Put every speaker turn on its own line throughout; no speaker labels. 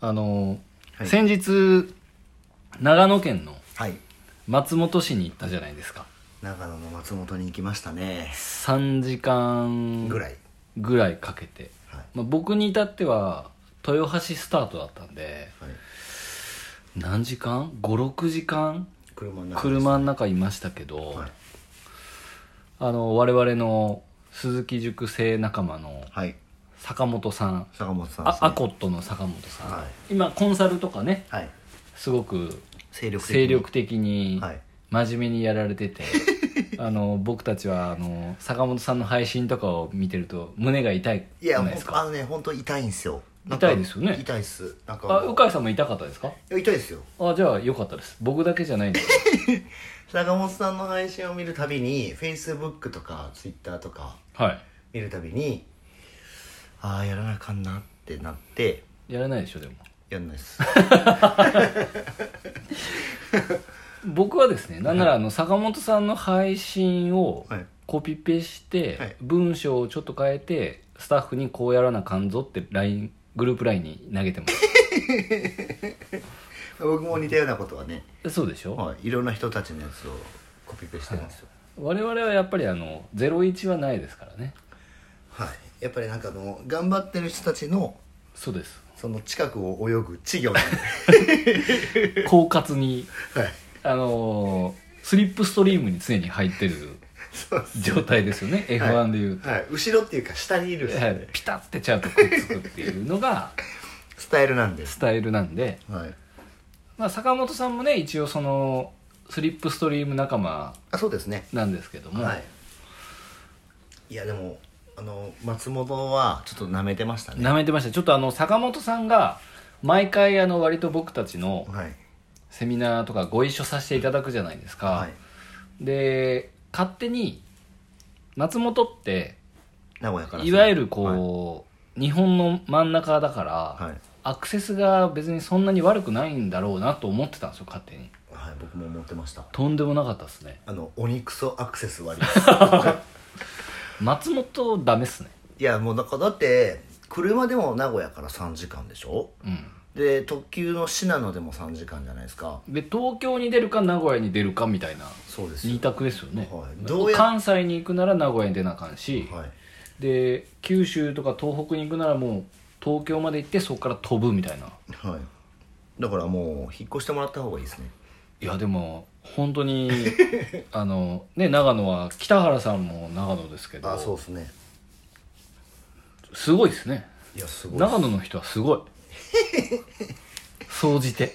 あの、
はい
先日長野県の
はい
松本市に行ったじゃないですか
長野の松本に行きましたね
3時間
ぐらい、
ぐらいかけて、
はい
まあ、僕に至っては豊橋スタートだったんで
はい、
何時間56時間
車の中です
車の中いましたけど、
はい、
あの我々の鈴木塾生仲間の
はい、
坂本さん、
坂本さんです
あ
ね
アコットの坂本さん、
はい
今コンサルとかね
はい
すごく
精力的に
精力的に
はい
真面目にやられてて、 あの僕たちはあの坂本さんの配信とかを見てると胸が痛い
い
じ
や
ゃない
もう
です
あ
か
のね本当痛いんですよなんか
痛いですよね
痛いっすなんか
あ鵜飼さんも痛かったですか
いや痛いですよ
あじゃあよかったです僕だけじゃないんです
坂本さんの配信を見るたびに Facebook とか Twitter とか
は
見るたびにああやらなあかんなってなって
いやらないでしょでも
やんない っす
僕はですねなんならあの坂本さんの配信を
はい
コピペして、
はい
文章をちょっと変えてスタッフにこうやらなあかんぞって LINE グループ LINE に投げてます
僕も似たようなことはね、
そうでしょ、
はい、いろんな人たちのやつをコピペしてますよ
我々はやっぱりあの01はないですからね
はい、やっぱりなんかあの頑張ってる人たちの
そうです
その近くを泳ぐ稚魚なん で
狡猾に
はい
あのースリップストリームに常に入ってる
そうです
状態ですよね F1 でいうと、
はい、後ろっていうか下にいるんです
は
よ
い
ね
ピタッてちゃんとくっつくっていうのが
スタイルなんです
スタイルなんで、
はい
まあ、坂本さんもね一応そのスリップストリーム仲間
あそうですね
なんですけども、
はいいやでもあの松本はちょっと舐めてましたね
舐めてましたちょっとあの坂本さんが毎回あの割と僕たちの
はい
セミナーとかご一緒させていただくじゃないですか、
はい
で勝手に松本って
名古屋から
いわゆる
はい
こう、日本の真ん中だから、
はい、はい
アクセスが別にそんなに悪くないんだろうなと思ってたんですよ勝手に
僕も思ってました
とんでもなかったですね
あの鬼クソアクセス悪いです
松本ダメっすね
いやもうだからだって車でも名古屋から3時間でしょ
うん
で特急の信濃でも3時間じゃないですか
で東京に出るか名古屋に出るかみたいな
そうです
二択ですよね、
はいどうや
関西に行くなら名古屋に出なあかんし、
はい
で九州とか東北に行くならもう東京まで行ってそこから飛ぶみたいな
はいだからもう引っ越してもらった方がいいですね
いやでも本当 にあのね長野は北原さんも長野ですけど
あそうですね
すごいですね
いやすごいっす
長野の人はすごい総じて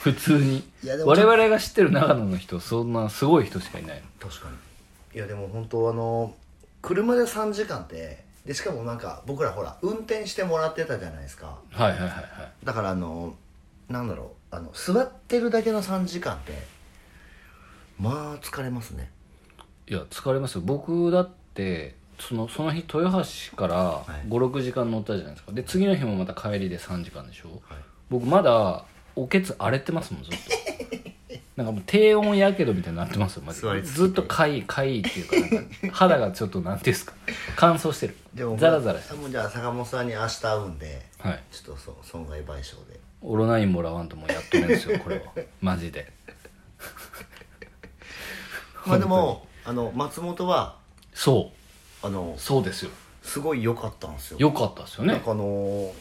普通に
いやでも
我々が知ってる長野の人そんなすごい人しかいない
確かにいやでも本当あの車で3時間ってでしかもなんか僕らほら運転してもらってたじゃないですか
はいはいはいはい
だからあのなんだろうあの座ってるだけの3時間ってまあ疲れますね
いや疲れますよ僕だってそのその日豊橋から
い
56時間乗ったじゃないですかで次の日もまた帰りで3時間でしょ、
はい
僕まだおけつ荒れてますもんずっ となんかもう低温やけどみたいになってますよマジ
座り
で
続けて
ずっとかいかいっていうかなんか肌がちょっとなんていうんですか乾燥してるザラザラしてる
もうじゃあ坂本さんに明日会うんで
はい
ちょっとそ損害賠償で
オロナインもらわんともうやっとねんですよこれは マジで
まあでもあの松本は
そ
あの
うそうですよ
すごい良かったんですよ
よかったですよ
なん
ね
かあの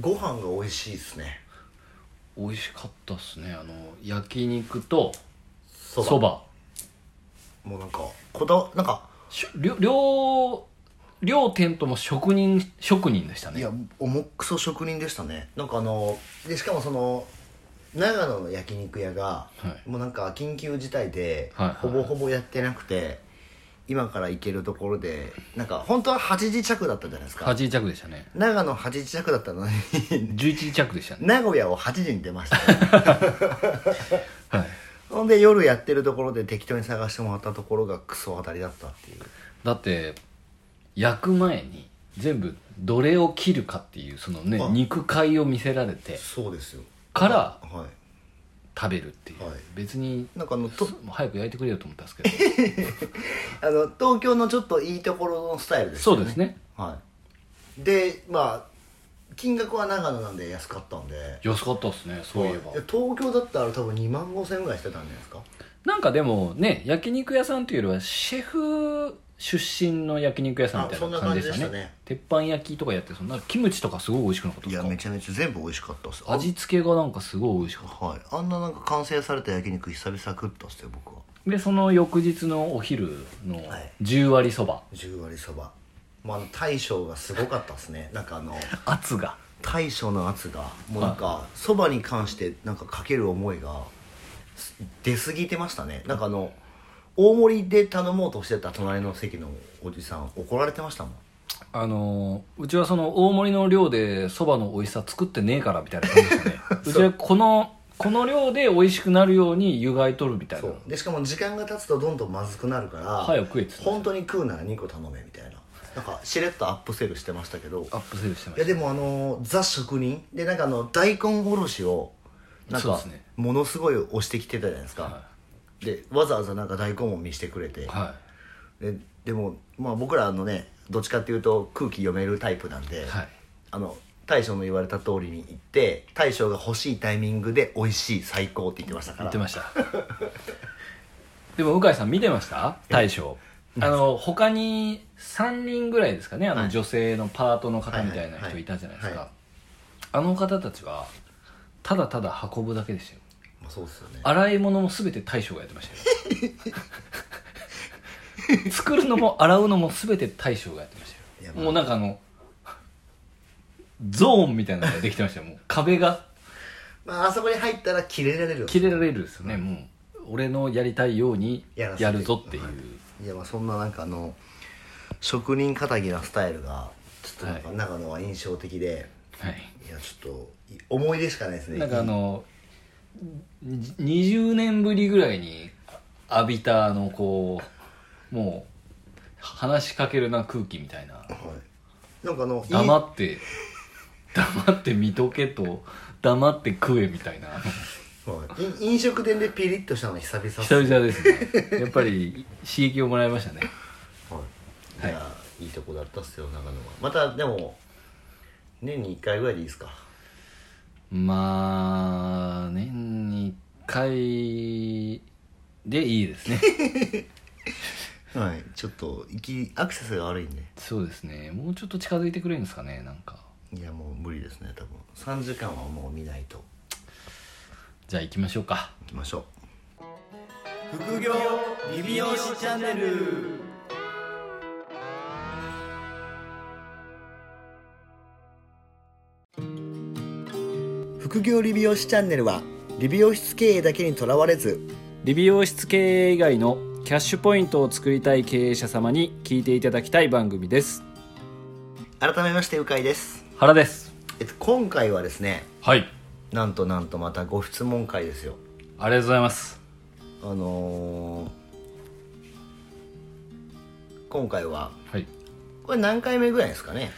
ご飯が美味しいですね
美味しかったっすねあの焼肉と
そ
そば
もうなんかこだわなんか
しょ両両両店とも職人職人でした
い
ね
や重くそ職人でしたねなんかあのでしかもその長野の焼肉屋が、
はい
もうなんか緊急事態で、
はいはい
ほぼほぼやってなくて今から行けるところでなんか本当は8時着だったじゃないですか
8時着でしたね
長野8時着だったのに
11時着でしたね
名古屋を8時に出ましたね、
はい
ほんで夜やってるところで適当に探してもらったところがクソ当たりだったっていう
だって焼く前に全部どれを切るかっていうそのね
あ
肉塊を見せられて
そうですよ
から
は
食べるっていう、
はい
別に
いなんかあの
そ
と
もう早く焼いてくれよと思ったんですけど
あの東京のちょっといいところのスタイルです
そ
よ
うですね
はい、でまあ金額は長野なんで安かったんで
安かったっすねそういえば
や東京だったら多分2万5千ぐらいしてたんじゃないですか
なんかでもね焼肉屋さんというよりはシェフ出身の焼肉屋さんみたいな感じでしたね
あそんな感じでしたね
鉄板焼きとかやってそんなキムチとかすごい美味しくなかったで
い
す
や
か
めちゃめちゃ全部美味しかったっすあ
味付けがなんかすごい美味しかっ
はいあんななんか完成された焼肉久々食ったっすよ僕は
たでその翌日のお昼の
はい
10割そば
10割そばまああの大将がすごかったっすねなんかあの
圧が
大将の圧がもうなんかそばに関してなんかかける思いがす出過ぎてましたねなんかあの大盛りで頼もうとしてた隣の席のおじさん怒られてましたもん
あのーうちはその大盛りの量でそばの美味しさ作ってねえからみたいな感じでした ねうちはこのこの量で美味しくなるように湯がいとるみたいな
そうでしかも時間が経つとどんどんまずくなるから
早く食えっつって
本当に食うなら2個頼めみたいななんかしれっとアップセルしてましたけど
アップセルしてま
いや
し
でもあのザ職人でなんかあの大根おろしをなん
そう
か
ですね
ものすごい押してきてたじゃないですか、
たは
でわざわざなんか大根も見してくれて、
い、は
ででも、まあ、僕らあのねどっちかっていうと空気読めるタイプなんで、
いはい、
あの大将の言われた通りに行って大将が欲しいタイミングで美味しい最高って言ってましたから
言ってましたでも向井さん見てました大将あの他に3人ぐらいですかねあ
は
の
い
女性のパートの方みたいな人いたじゃないです
はいはいはいは
かあの方たちはただただ運ぶだけでしたよ
まあ、そうですよね
洗い物も全て大将がやってましたよ 作るのも洗うのも全て大将がやってました
いや
よ
まあ
もうなんかあのゾーンみたいなのができてましたよもう壁が
まあ、あそこに入ったらキレられる
切れられるですよね、もう俺のやりたいように
やらせて
やるぞっていう、
はいいやまあそんななんかあの職人かたぎなスタイルがちょっとなんか
は
長野は印象的で、
はい
い、やちょっとい思い出しかないですね
なんかあのに20年ぶりぐらいに浴びたあのこうもう話しかけるな空気みたいな
はい、なんかあのいい
黙って黙って見とけと黙って食えみたいな
はいい飲食店でピリッとしたの久々っす
久々ですねやっぱり刺激をもらいましたね
は
はい
い、いやいいとこだったっすよ長野はまたでも年に1回ぐらいでいいですか
まあ年に1回でいいですね
はいちょっと行きアクセスが悪いんで
そうですねもうちょっと近づいてくれるんですかねなんか
いやもう無理ですね多分3時間はもう見ないと
じゃあ行きましょうか
行きましょ
副業リビオシチャンネル
う副業理美容師チャンネルは理美容室経営だけにとらわれず
理美容室経営以外のキャッシュポイントを作りたい経営者様に聞いていただきたい番組です
改めまして鵜飼です、
原です
えっと、今回はですね
はい
なんとなんとまたご質問会ですよ
ありがとうございます
あのー今回は
はい
これ何回目ぐらいですかね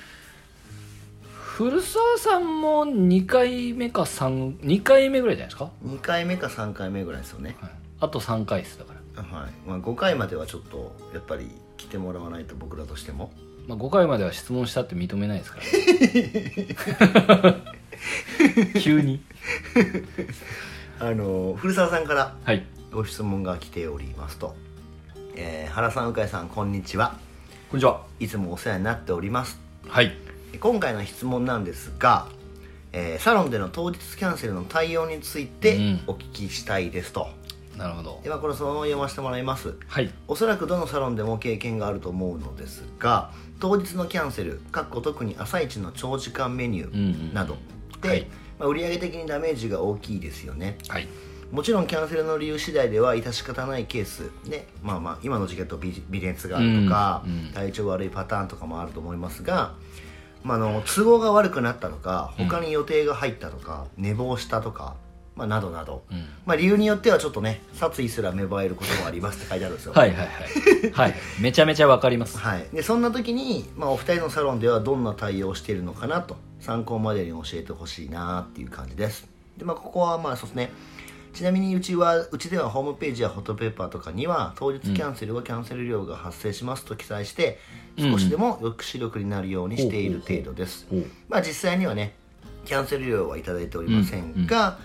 古澤さんも2回目か32回目ぐらいじゃないですか、
2回目か3回目ぐらいですよね
はい、あと3回ですだから
はい、まあ、5回まではちょっとやっぱり来てもらわないと僕らとしても
まあ、5回までは質問したって認めないですから、 ね、急に
あの古澤さんから
はい
ご質問が来ておりますと、えー原さん鵜飼さんこんにちは
こんにちはい
つもお世話になっております
はい
今回の質問なんですが、えーサロンでの当日キャンセルの対応について
うん
お聞きしたいですと、
なるほど
ではこれそのまま読ませてもらいます
はい
おそらくどのサロンでも経験があると思うのですが当日のキャンセルかっこ特に朝一の長時間メニ
う
ュ
んうん
ーなどで、
はい
まあ、売上的にダメージが大きいですよね
はい
もちろんキャンセルの理由次第では致し方ないケースねまあまあ今の時期だと微微熱があるとか、
うんうん
体調悪いパターンとかもあると思いますが、まあ、あの都合が悪くなったとか他に予定が入ったとか、寝坊したとか、まあ、などなど、
うん
まあ、理由によってはちょっとね殺意すら芽生えることもありますって書いてあるんですよ
はいはいはいはいめちゃめちゃわかります
はい、でそんな時に、まあ、お二人のサロンではどんな対応をしているのかなと参考までに教えてほしいなっていう感じですで、まあ、ここはまあそうですねちなみにうちはうちではホームページやホットペーパーとかには当日キャンセルはキャンセル料が発生しますと記載して、少しでも抑止力になるようにしている程度です、
ほうほうほ
まあ実際にはねキャンセル料はいただいておりませんが、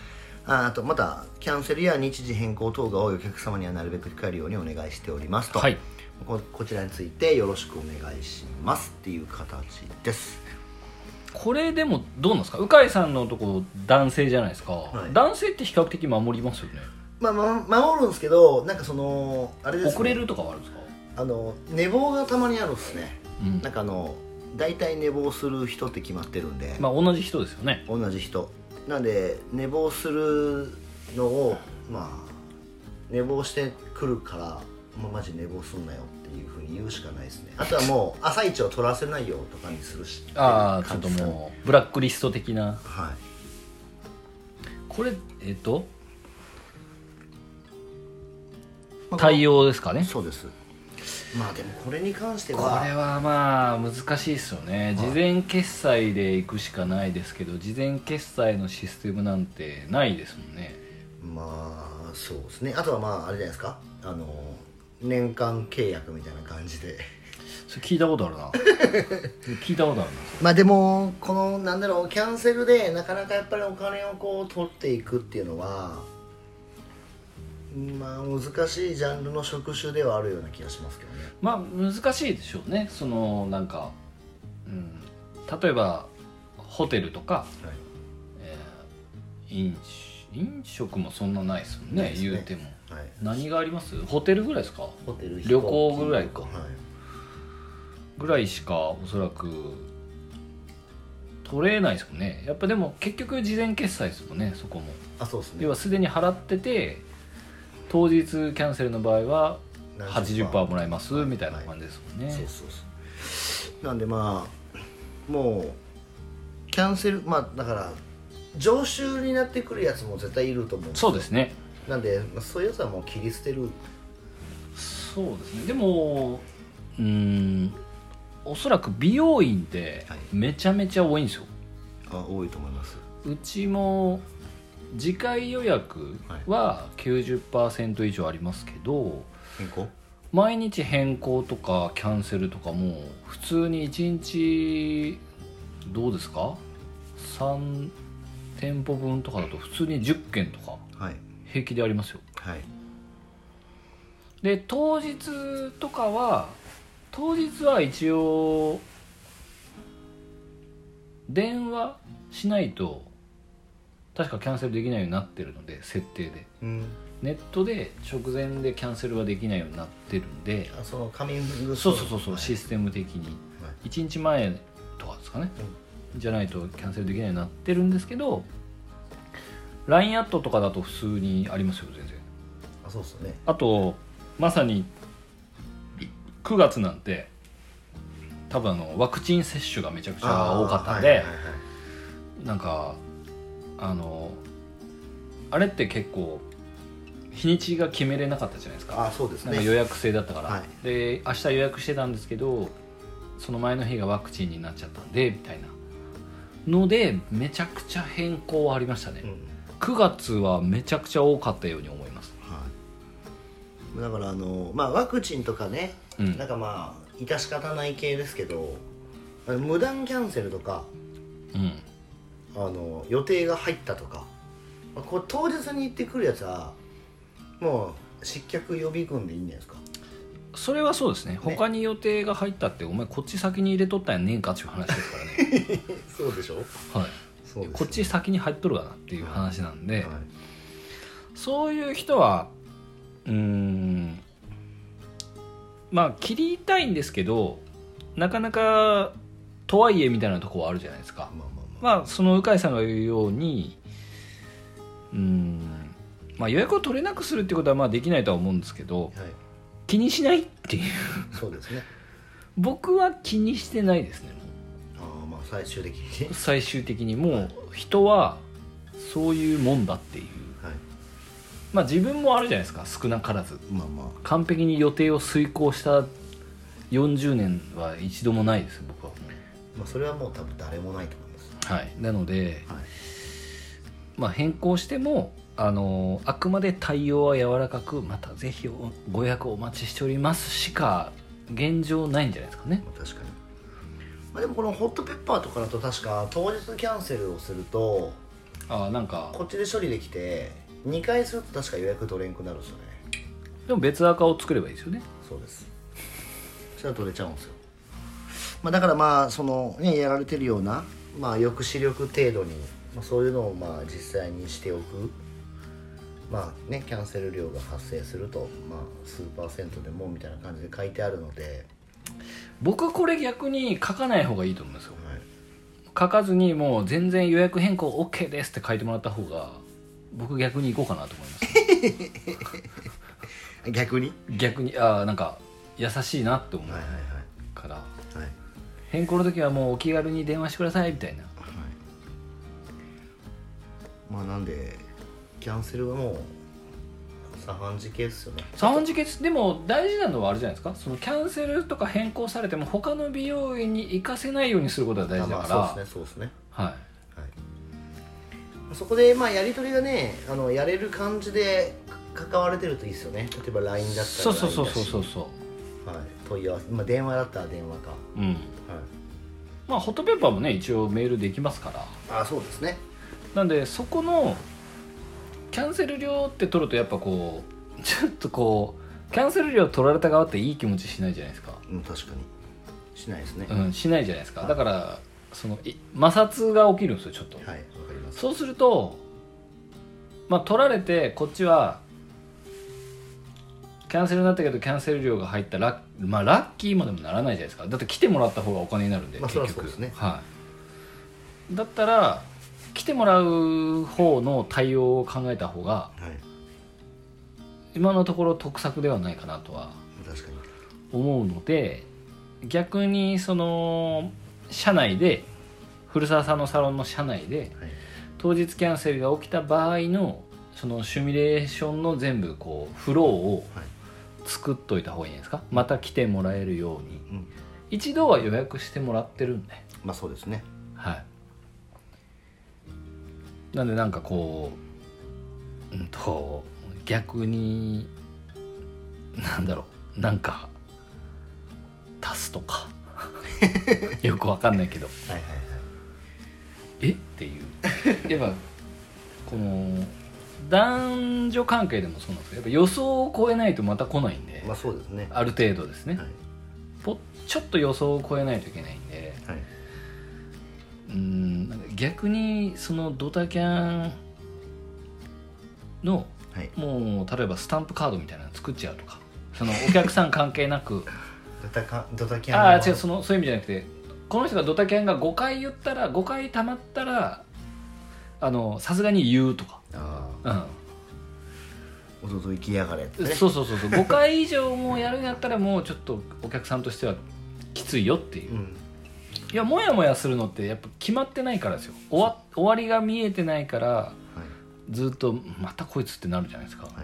ああとまたキャンセルや日時変更等が多いお客様にはなるべく控えるようにお願いしておりますと、
はい
ここちらについてよろしくお願いしますっていう形です
これでもどうなんですか鵜飼さんのとこ男性じゃないですか、
い
男性って比較的守りますよね
まあ、ま、守るんですけどなんかそのあれですね
遅れるとかはあるんですか
あの寝坊がたまにあるんですね、
うん
なんかあの大体寝坊する人って決まってるんで、
まあ同じ人ですよね
同じ人なんで寝坊するのをまあ寝坊してくるから、まあ、マジ寝坊すんなよっていうふうに言うしかないですねあとはもう朝一を取らせないよとかにするし
ああちょ
感
っ
じ
と
ですかね
もうブラックリスト的な
はい
これえっと
まあ
対応ですかね
そうですまあでもこれに関して
こ
は
れはまあ難しいですよね事前決済で行くしかないですけど事前決済のシステムなんてないですもんね
まあそうですねあとはまああれじゃないですかあの年間契約みたいな感じで
それ聞いたことあるな聞いたことあるな
まあでもこのなんだろうキャンセルでなかなかやっぱりお金をこう取っていくっていうのはまあ難しいジャンルの職種ではあるような気がしますけどね
まあ難しいでしょうねそのなんか、うん、例えばホテルとか、
はい
えー飲酒飲食もそんなないですもんね
ないですね
言うても
はい
何がありますホテルぐらいですか
ホテル
旅行ぐらいか
はい
ぐらいしかおそらく取れないですもんねやっぱでも結局事前決済ですもんねそこも
あそうですね
要はすでに払ってて当日キャンセルの場合は
何十パー
80%もらいますみたいな感じですもんね、
そうそうそうなんでまあもうキャンセルまあだから常習になってくるやつも絶対いると思うんです
そうですね
なんで、まあ、そういうやつはもう切り捨てる
そうですねでもうーんおそらく美容院って
はい
めちゃめちゃ多いんですよ、
あ多いと思います
うちも次回予約は90%以上ありますけど
変更
毎日変更とかキャンセルとかも普通に1日どうですか3店舗分とかだと普通に10件とか
はい
平気でありますよ
はい
で当日とかは当日は一応電話しないと確かキャンセルできないようになってるので設定で
うん
ネットで直前でキャンセルはできないようになってるんで
あそのカミング
そうそうそうそう、
はい
システム的に
はい
1日前とかですかね、じゃないとキャンセルできないようになってるんですけど LINE アットとかだと普通にありますよ全然
あそうっすよね
あとまさに9月なんて多分あのワクチン接種がめちゃくちゃ多かったんで、
あーはいはい
なんかあのあれって結構日にちが決めれなかったじゃないです
はい
か
あそうです
なん
ね
か予約制だったから、
はい
で明日予約してたんですけどその前の日がワクチンになっちゃったんでみたいなのでめちゃくちゃ変更はありましたね、
うん
9月はめちゃくちゃ多かったように思います
はいだからあのまあワクチンとかね、
うん
なんかまあ致し方ない系ですけどあの無断キャンセルとか
うん
あの予定が入ったとか、まあ、こう当日に行ってくるやつはもう失脚予備軍でいいんじゃないですか
それはそうですね他に予定が入ったってお前こっち先に入れとったんやねんかっていう話ですからね、
そうでしょ
はい、
そうです
こっち先に入っとるかなっていう話なんで、
はい
そういう人はうーんまあ切りたいんですけどなかなかとはいえみたいなとこはあるじゃないですか
まあまあまあ
まあその鵜飼さんが言うようにうーんまあ予約を取れなくするってことはまあできないとは思うんですけど
はい
気にしないっていう
そうですね
僕は気にしてないですねもう
ああまあ最終的にね
最終的にもう人はそういうもんだっていう
はい
まあ自分もあるじゃないですか少なからず
まあまあ
完璧に予定を遂行した40年は一度もないです僕はも
まあそれはもう多分誰もないと思います
うはいなので、
はい
まあ変更してもあのあくまで対応は柔らかくまたぜひおご予約お待ちしておりますしか現状ないんじゃないですかね
確かに、まあ、でもこのホットペッパーとかだと確か当日キャンセルをすると
ああなんか
こっちで処理できて2回すると確か予約取れんくなるんですよね
でも別赤を作ればいいですよね
そうですそしたら取れちゃうんですよ、まあ、だからまあそのねやられてるような、まあ、抑止力程度に、まあ、そういうのをまあ実際にしておくまあねキャンセル料が発生するとまあ数パーセントでもみたいな感じで書いてあるので、
僕これ逆に書かない方がいいと思うんですよ
はい、
書かずにもう全然予約変更 OK ですって書いてもらった方が僕逆に行こうかなと思います
逆に
逆にああなんか優しいなって思う
はいはい
から、
はいはい
変更の時はもうお気軽に電話してくださいみたいな
まあなんでキャンセルはもう茶飯事系ですよね
産時決でも大事なのはあれじゃないですかそのキャンセルとか変更されても他の美容院に行かせないようにすることが大事だから、
あまあそうですねそうですね
はい
はい、そこでまあやり取りがねあのやれる感じでか関われてるといいですよね例えば LINE だったら LINE だし
そうそうそうそうそうそ
はい、問い合わせ、まあ、電話だったら電話か、は
ううんまあホットペッパーもね一応メールできますから
い、あそうですね
なんでそこのキャンセル料って取るとやっぱこうちょっとこうキャンセル料取られた側っていい気持ちしないじゃないですか、
うん確かにしないですね、
う
はい
ん、しないじゃないですかだからそのい摩擦が起きるんですよちょっと、
わかります
そうするとまあ取られてこっちはキャンセルになったけどキャンセル料が入ったらまあラッキーまでもならないじゃないですかだって来てもらった方がお金になるんで、
まあそりゃ
結
そう
局
ですね
はい、だったら来てもらう方の対応を考えた方が
はい
今のところ得策ではないかなとは
確かに
思うので逆にその社内で古澤さんのサロンの社内で
はい
当日キャンセルが起きた場合のそのシミュレーションの全部こうフローを
はい
作っといた方がいいんですかまた来てもらえるように
うん
一度は予約してもらってるんで
まあそうですね
はいなんでなんかこううんと逆になんだろうなんか足すとか よくわかんないけど
はいはいはい
えっていうやっぱこの男女関係でもそうなんですけどやっぱ予想を超えないとまた来ないんで、
まあそうですね
ある程度ですね、
はい
ぽちょっと予想を超えないといけないんで
はい、
うんなんか逆にそのドタキャンの
はい、
もう例えばスタンプカードみたいなの作っちゃうとかそのお客さん関係な く
ドタカドタキャン
ああ
の
違うそのそういう意味じゃなくてこの人がドタキャンが5回言ったら5回たまったらあのさすがに言うとか
あ
うん
あおとといきやがれってね
そうそうそうそう5回以上もうやるんやったらもうちょっとお客さんとしてはきついよっていう、
うん
いやモヤモヤするのってやっぱ決まってないからですよ終わ終わりが見えてないから
はい
ずっと「またこいつ」ってなるじゃないですか、
はい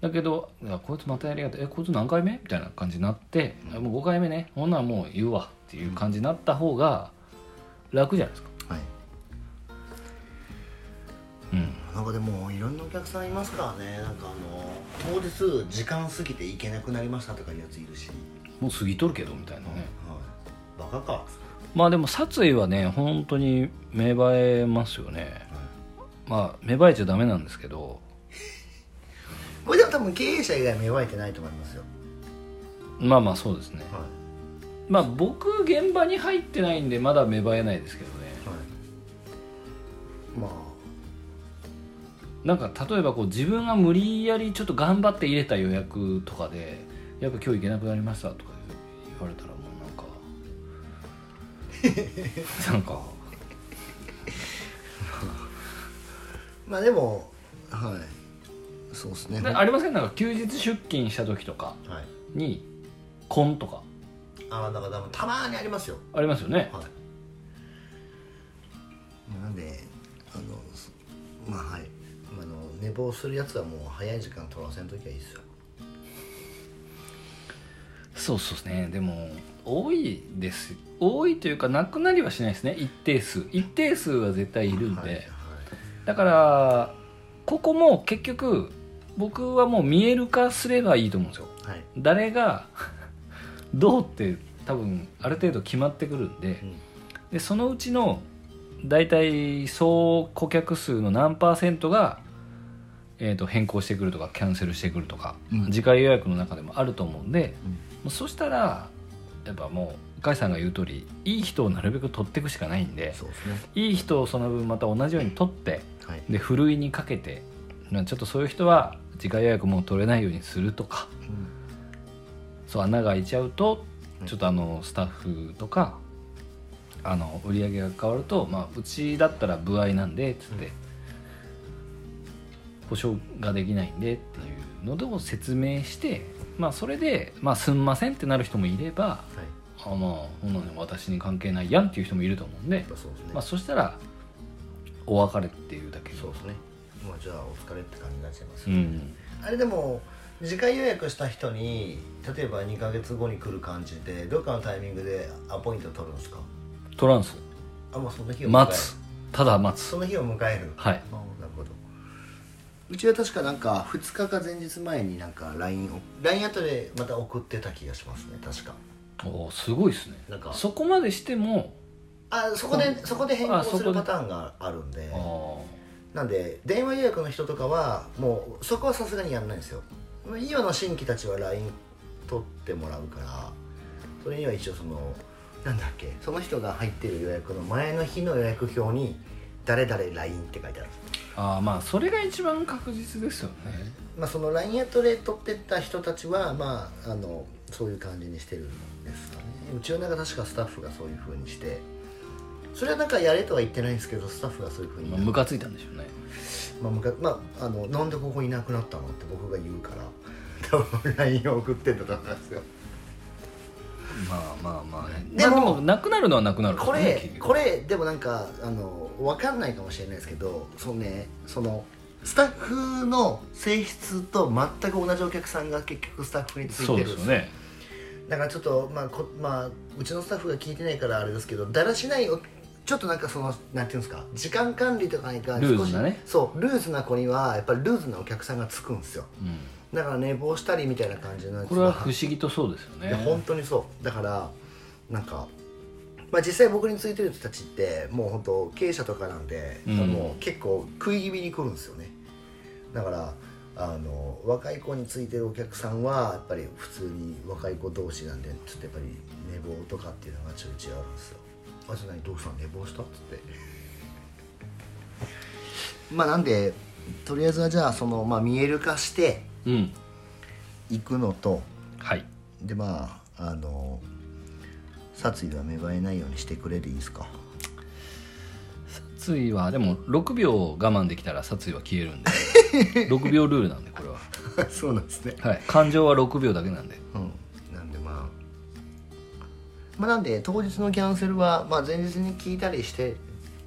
だけどいや「こいつまたやりやがってえこいつ何回目?」みたいな感じになって「あもう5回目ねほんならもう言うわ」っていう感じになった方が楽じゃないですか
はい
うん
なんかでもいろんなお客さんいますからねなんかあの当日時間過ぎて行けなくなりましたとかいうやついるし、
もう過ぎとるけどみたいなね、
はい、バカか、
まあでも殺意はね本当に芽生えますよねまあ芽生えちゃダメなんですけど
これでも多分経営者以外芽生えてないと思いますよ、
まあまあそうですね
は
まあ僕現場に入ってないんでまだ芽生えないですけどね
いはい、ま
なんか例えばこう自分が無理やりちょっと頑張って入れた予約とかでやっぱ今日行けなくなりましたとか言われたらもう なんかなんか
あまあでもはいそうですね
でありませんなんか休日出勤した時とか
はい、
に婚とか
ああだから多分たまーにありますよ
ありますよね
はいなんであのそまあはいあの寝坊するやつはもう早い時間取らせんときはいいですよ
そうそうですねでも多いです多いというかなくなりはしないですね一定数一定数は絶対いるんで、
はいはい
だからここも結局僕はもう見える化すればいいと思うんですよ
はい
誰が どうって多分ある程度決まってくるんで,、
うん
でそのうちの大体総顧客数の何パーセントが、えー、と変更してくるとかキャンセルしてくるとか、
うん
次回予約の中でもあると思うんで、
うん
もうそしたらやっぱもう甲斐さんが言う通りいい人をなるべく取っていくしかないんで
そうですね
いい人をその分また同じように取って
はい
でふるいにかけてまあちょっとそういう人は次回予約もう取れないようにするとか。そう穴が開いちゃうと
はい
ちょっとあのスタッフとかあの売り上げが変わると、まあ、うちだったら歩合なんでっつって、保証ができないんでっていうのを説明して、まあ、それで、まあ、すんませんってなる人もいれば
はい
あまあそんなの私に関係ないやんっていう人もいると思うんで
やっ、ぱそうですね
まあ、そしたらお別れっていうだけ
そうですねまあじゃあお疲れって感じになっちゃいます
う
よね、
ん
あれでも次回予約した人に例えば2か月後に来る感じでどっかのタイミングでアポイント取るんですか
トランス
あもうその日を迎え
待つただ待つ
その日を迎える
はい
あなるほどうちは確かなんか2日か前日前になんか LINE を LINE 後でまた送ってた気がしますね確か
おーすごいですね
なんか
そこまでしても
あそこでそこで変更
あそこ
す
で
るパターンがあるんで
あー
なんで電話予約の人とかはもうそこはさすがにやらないんですよ今の新規たちは LINE 取ってもらうからそれには一応そのなんだっけその人が入ってる予約の前の日の予約表に「誰々 LINE」って書いてあるんです
あーまあそれが一番確実ですよね
まあ、その LINE アトレ取ってった人たちは、まあ、あのそういう感じにしてるんですかねうちはなんか確かスタッフがそういうふうにしてそれはなんかやれとは言ってないんですけどスタッフがそういうふうに
まあムカついたんでしょうね
まあむかまあ、あのなんでここいなくなったのって僕が言うから 多分 LINE を送ってたと思いますよ
まあまあまあね
でも
まあでもなくなるのはなくなる
こ
からね
れ
結局
これでもなんかあの分かんないかもしれないですけどそのねそのスタッフの性質と全く同じお客さんが結局スタッフについてる
そ
ん
う
で
ですす
よ
よね
だからちょっと、まあこまあ、うちのスタッフが聞いてないからあれですけどだらしないおちょっとなんかそのなんていうんですか時間管理とかに関して
ルーズなね
そうルーズな子にはやっぱりルーズなお客さんがつくんですよ
う
だから寝坊したりみたいな感じのや
ん
つ
これは不思議とそうですよ
いや本
ね
当にそうだからなんか、まあ、実際僕についてる人たちってもう本当経営者とかなんで、
うん
もう結構食い気味に来るんですよねだからあの若い子についてるお客さんはやっぱり普通に若い子同士なんでちょっとやっぱり寝坊とかっていうのがちょいちょいあるんですよ「あじゃあ何どうした寝坊した?」っつってまあなんでとりあえずはじゃあその、まあ、見える化して
うん
いくのと
はい
でまああの殺意は芽生えないようにしてくれでいいですか
殺意はでも6秒我慢できたら殺意は消えるんで 6秒ルールなんでこれは
そうなんですね
はい感情は6秒だけなんで
うんなんでまあまあなんで当日のキャンセルは、まあ、前日に聞いたりして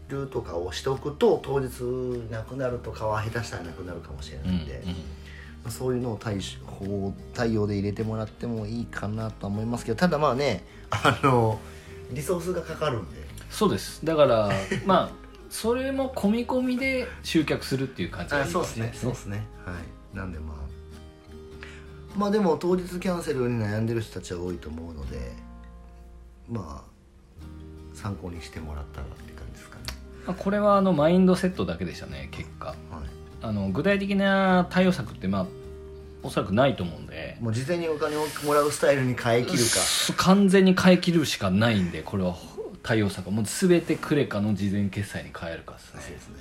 るとかをしておくと当日なくなるとかは下手したらなくなるかもしれ
う
ない
ん
んで、まあそういうのを対処対応で入れてもらってもいいかなと思いますけどただまあねあのリソースがかかるんで
そうですだからまあそれも込み込みで集客するっていう感じがいいかもしれないですね
すねはいなんでまあまあでも当日キャンセルに悩んでる人たちは多いと思うのでまあ参考にしてもらったらって感じですかね
まあこれはあのマインドセットだけでしたね結果
はい
あの具体的な対応策ってまあおそらくないと思うんで
もう事前にお金をもらうスタイルに変えきるか
す完全に変え切るしかないんでこれは対応策はもう全てクレカの事前決済に変えるかですね
そうですね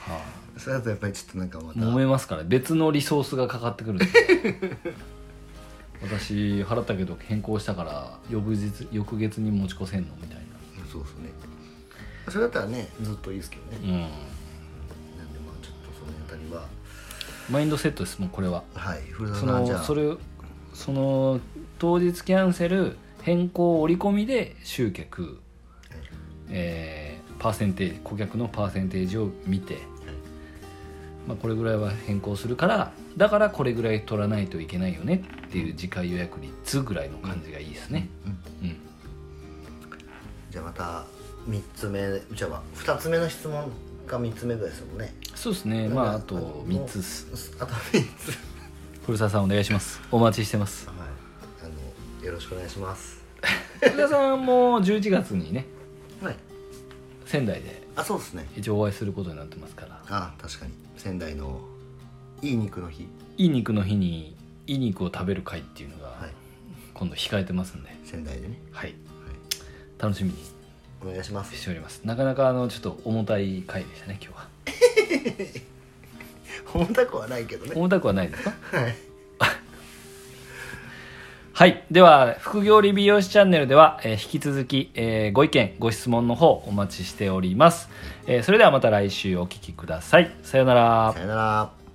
はい
それだとやっぱりちょっとなんかまた
揉めますから別のリソースがかかってくるんで私払ったけど変更したから翌日翌月に持ち越せんのみたい
そうですねそれだったらねずっといいですけどね、
なうん
なんでまあちょっとその辺りは
マインドセットですもうこれは
はい古田
そ
さんじゃ
の
あ
それその当日キャンセル変更折り込みで集客、えーパーセンテージ顧客のパーセンテージを見て、まあ、これぐらいは変更するからだからこれぐらい取らないといけないよねっていう次回予約率ぐらいの感じがいいですね、
うん
うん
じゃあまた3つ目じゃあ2つ目の質問か3つ目ぐらいですもんね
そうですねまああと
だから
3つっす
あと3つ
古澤さんお願いしますお待ちして ます
はいあのよろしくお願いします
古澤さんも11月にね
はい
仙台で
あそうですね
一応お会いすることになってますから
あ確かに仙台のいい肉の日
いい肉の日にいい肉を食べる会っていうの
は
が
い
今度控えてますんで、
仙台でね
はい、楽しみに
お願いします
しておりますなかなかあのちょっと重たい回でしたね今日は
重たくはないけどね
重たくはないですか
はい
はい。では、副業理美容師チャンネルでは、えー引き続き、えーご意見、ご質問の方お待ちしております。えーそれではまた来週お聞きください。さようなら
さよなら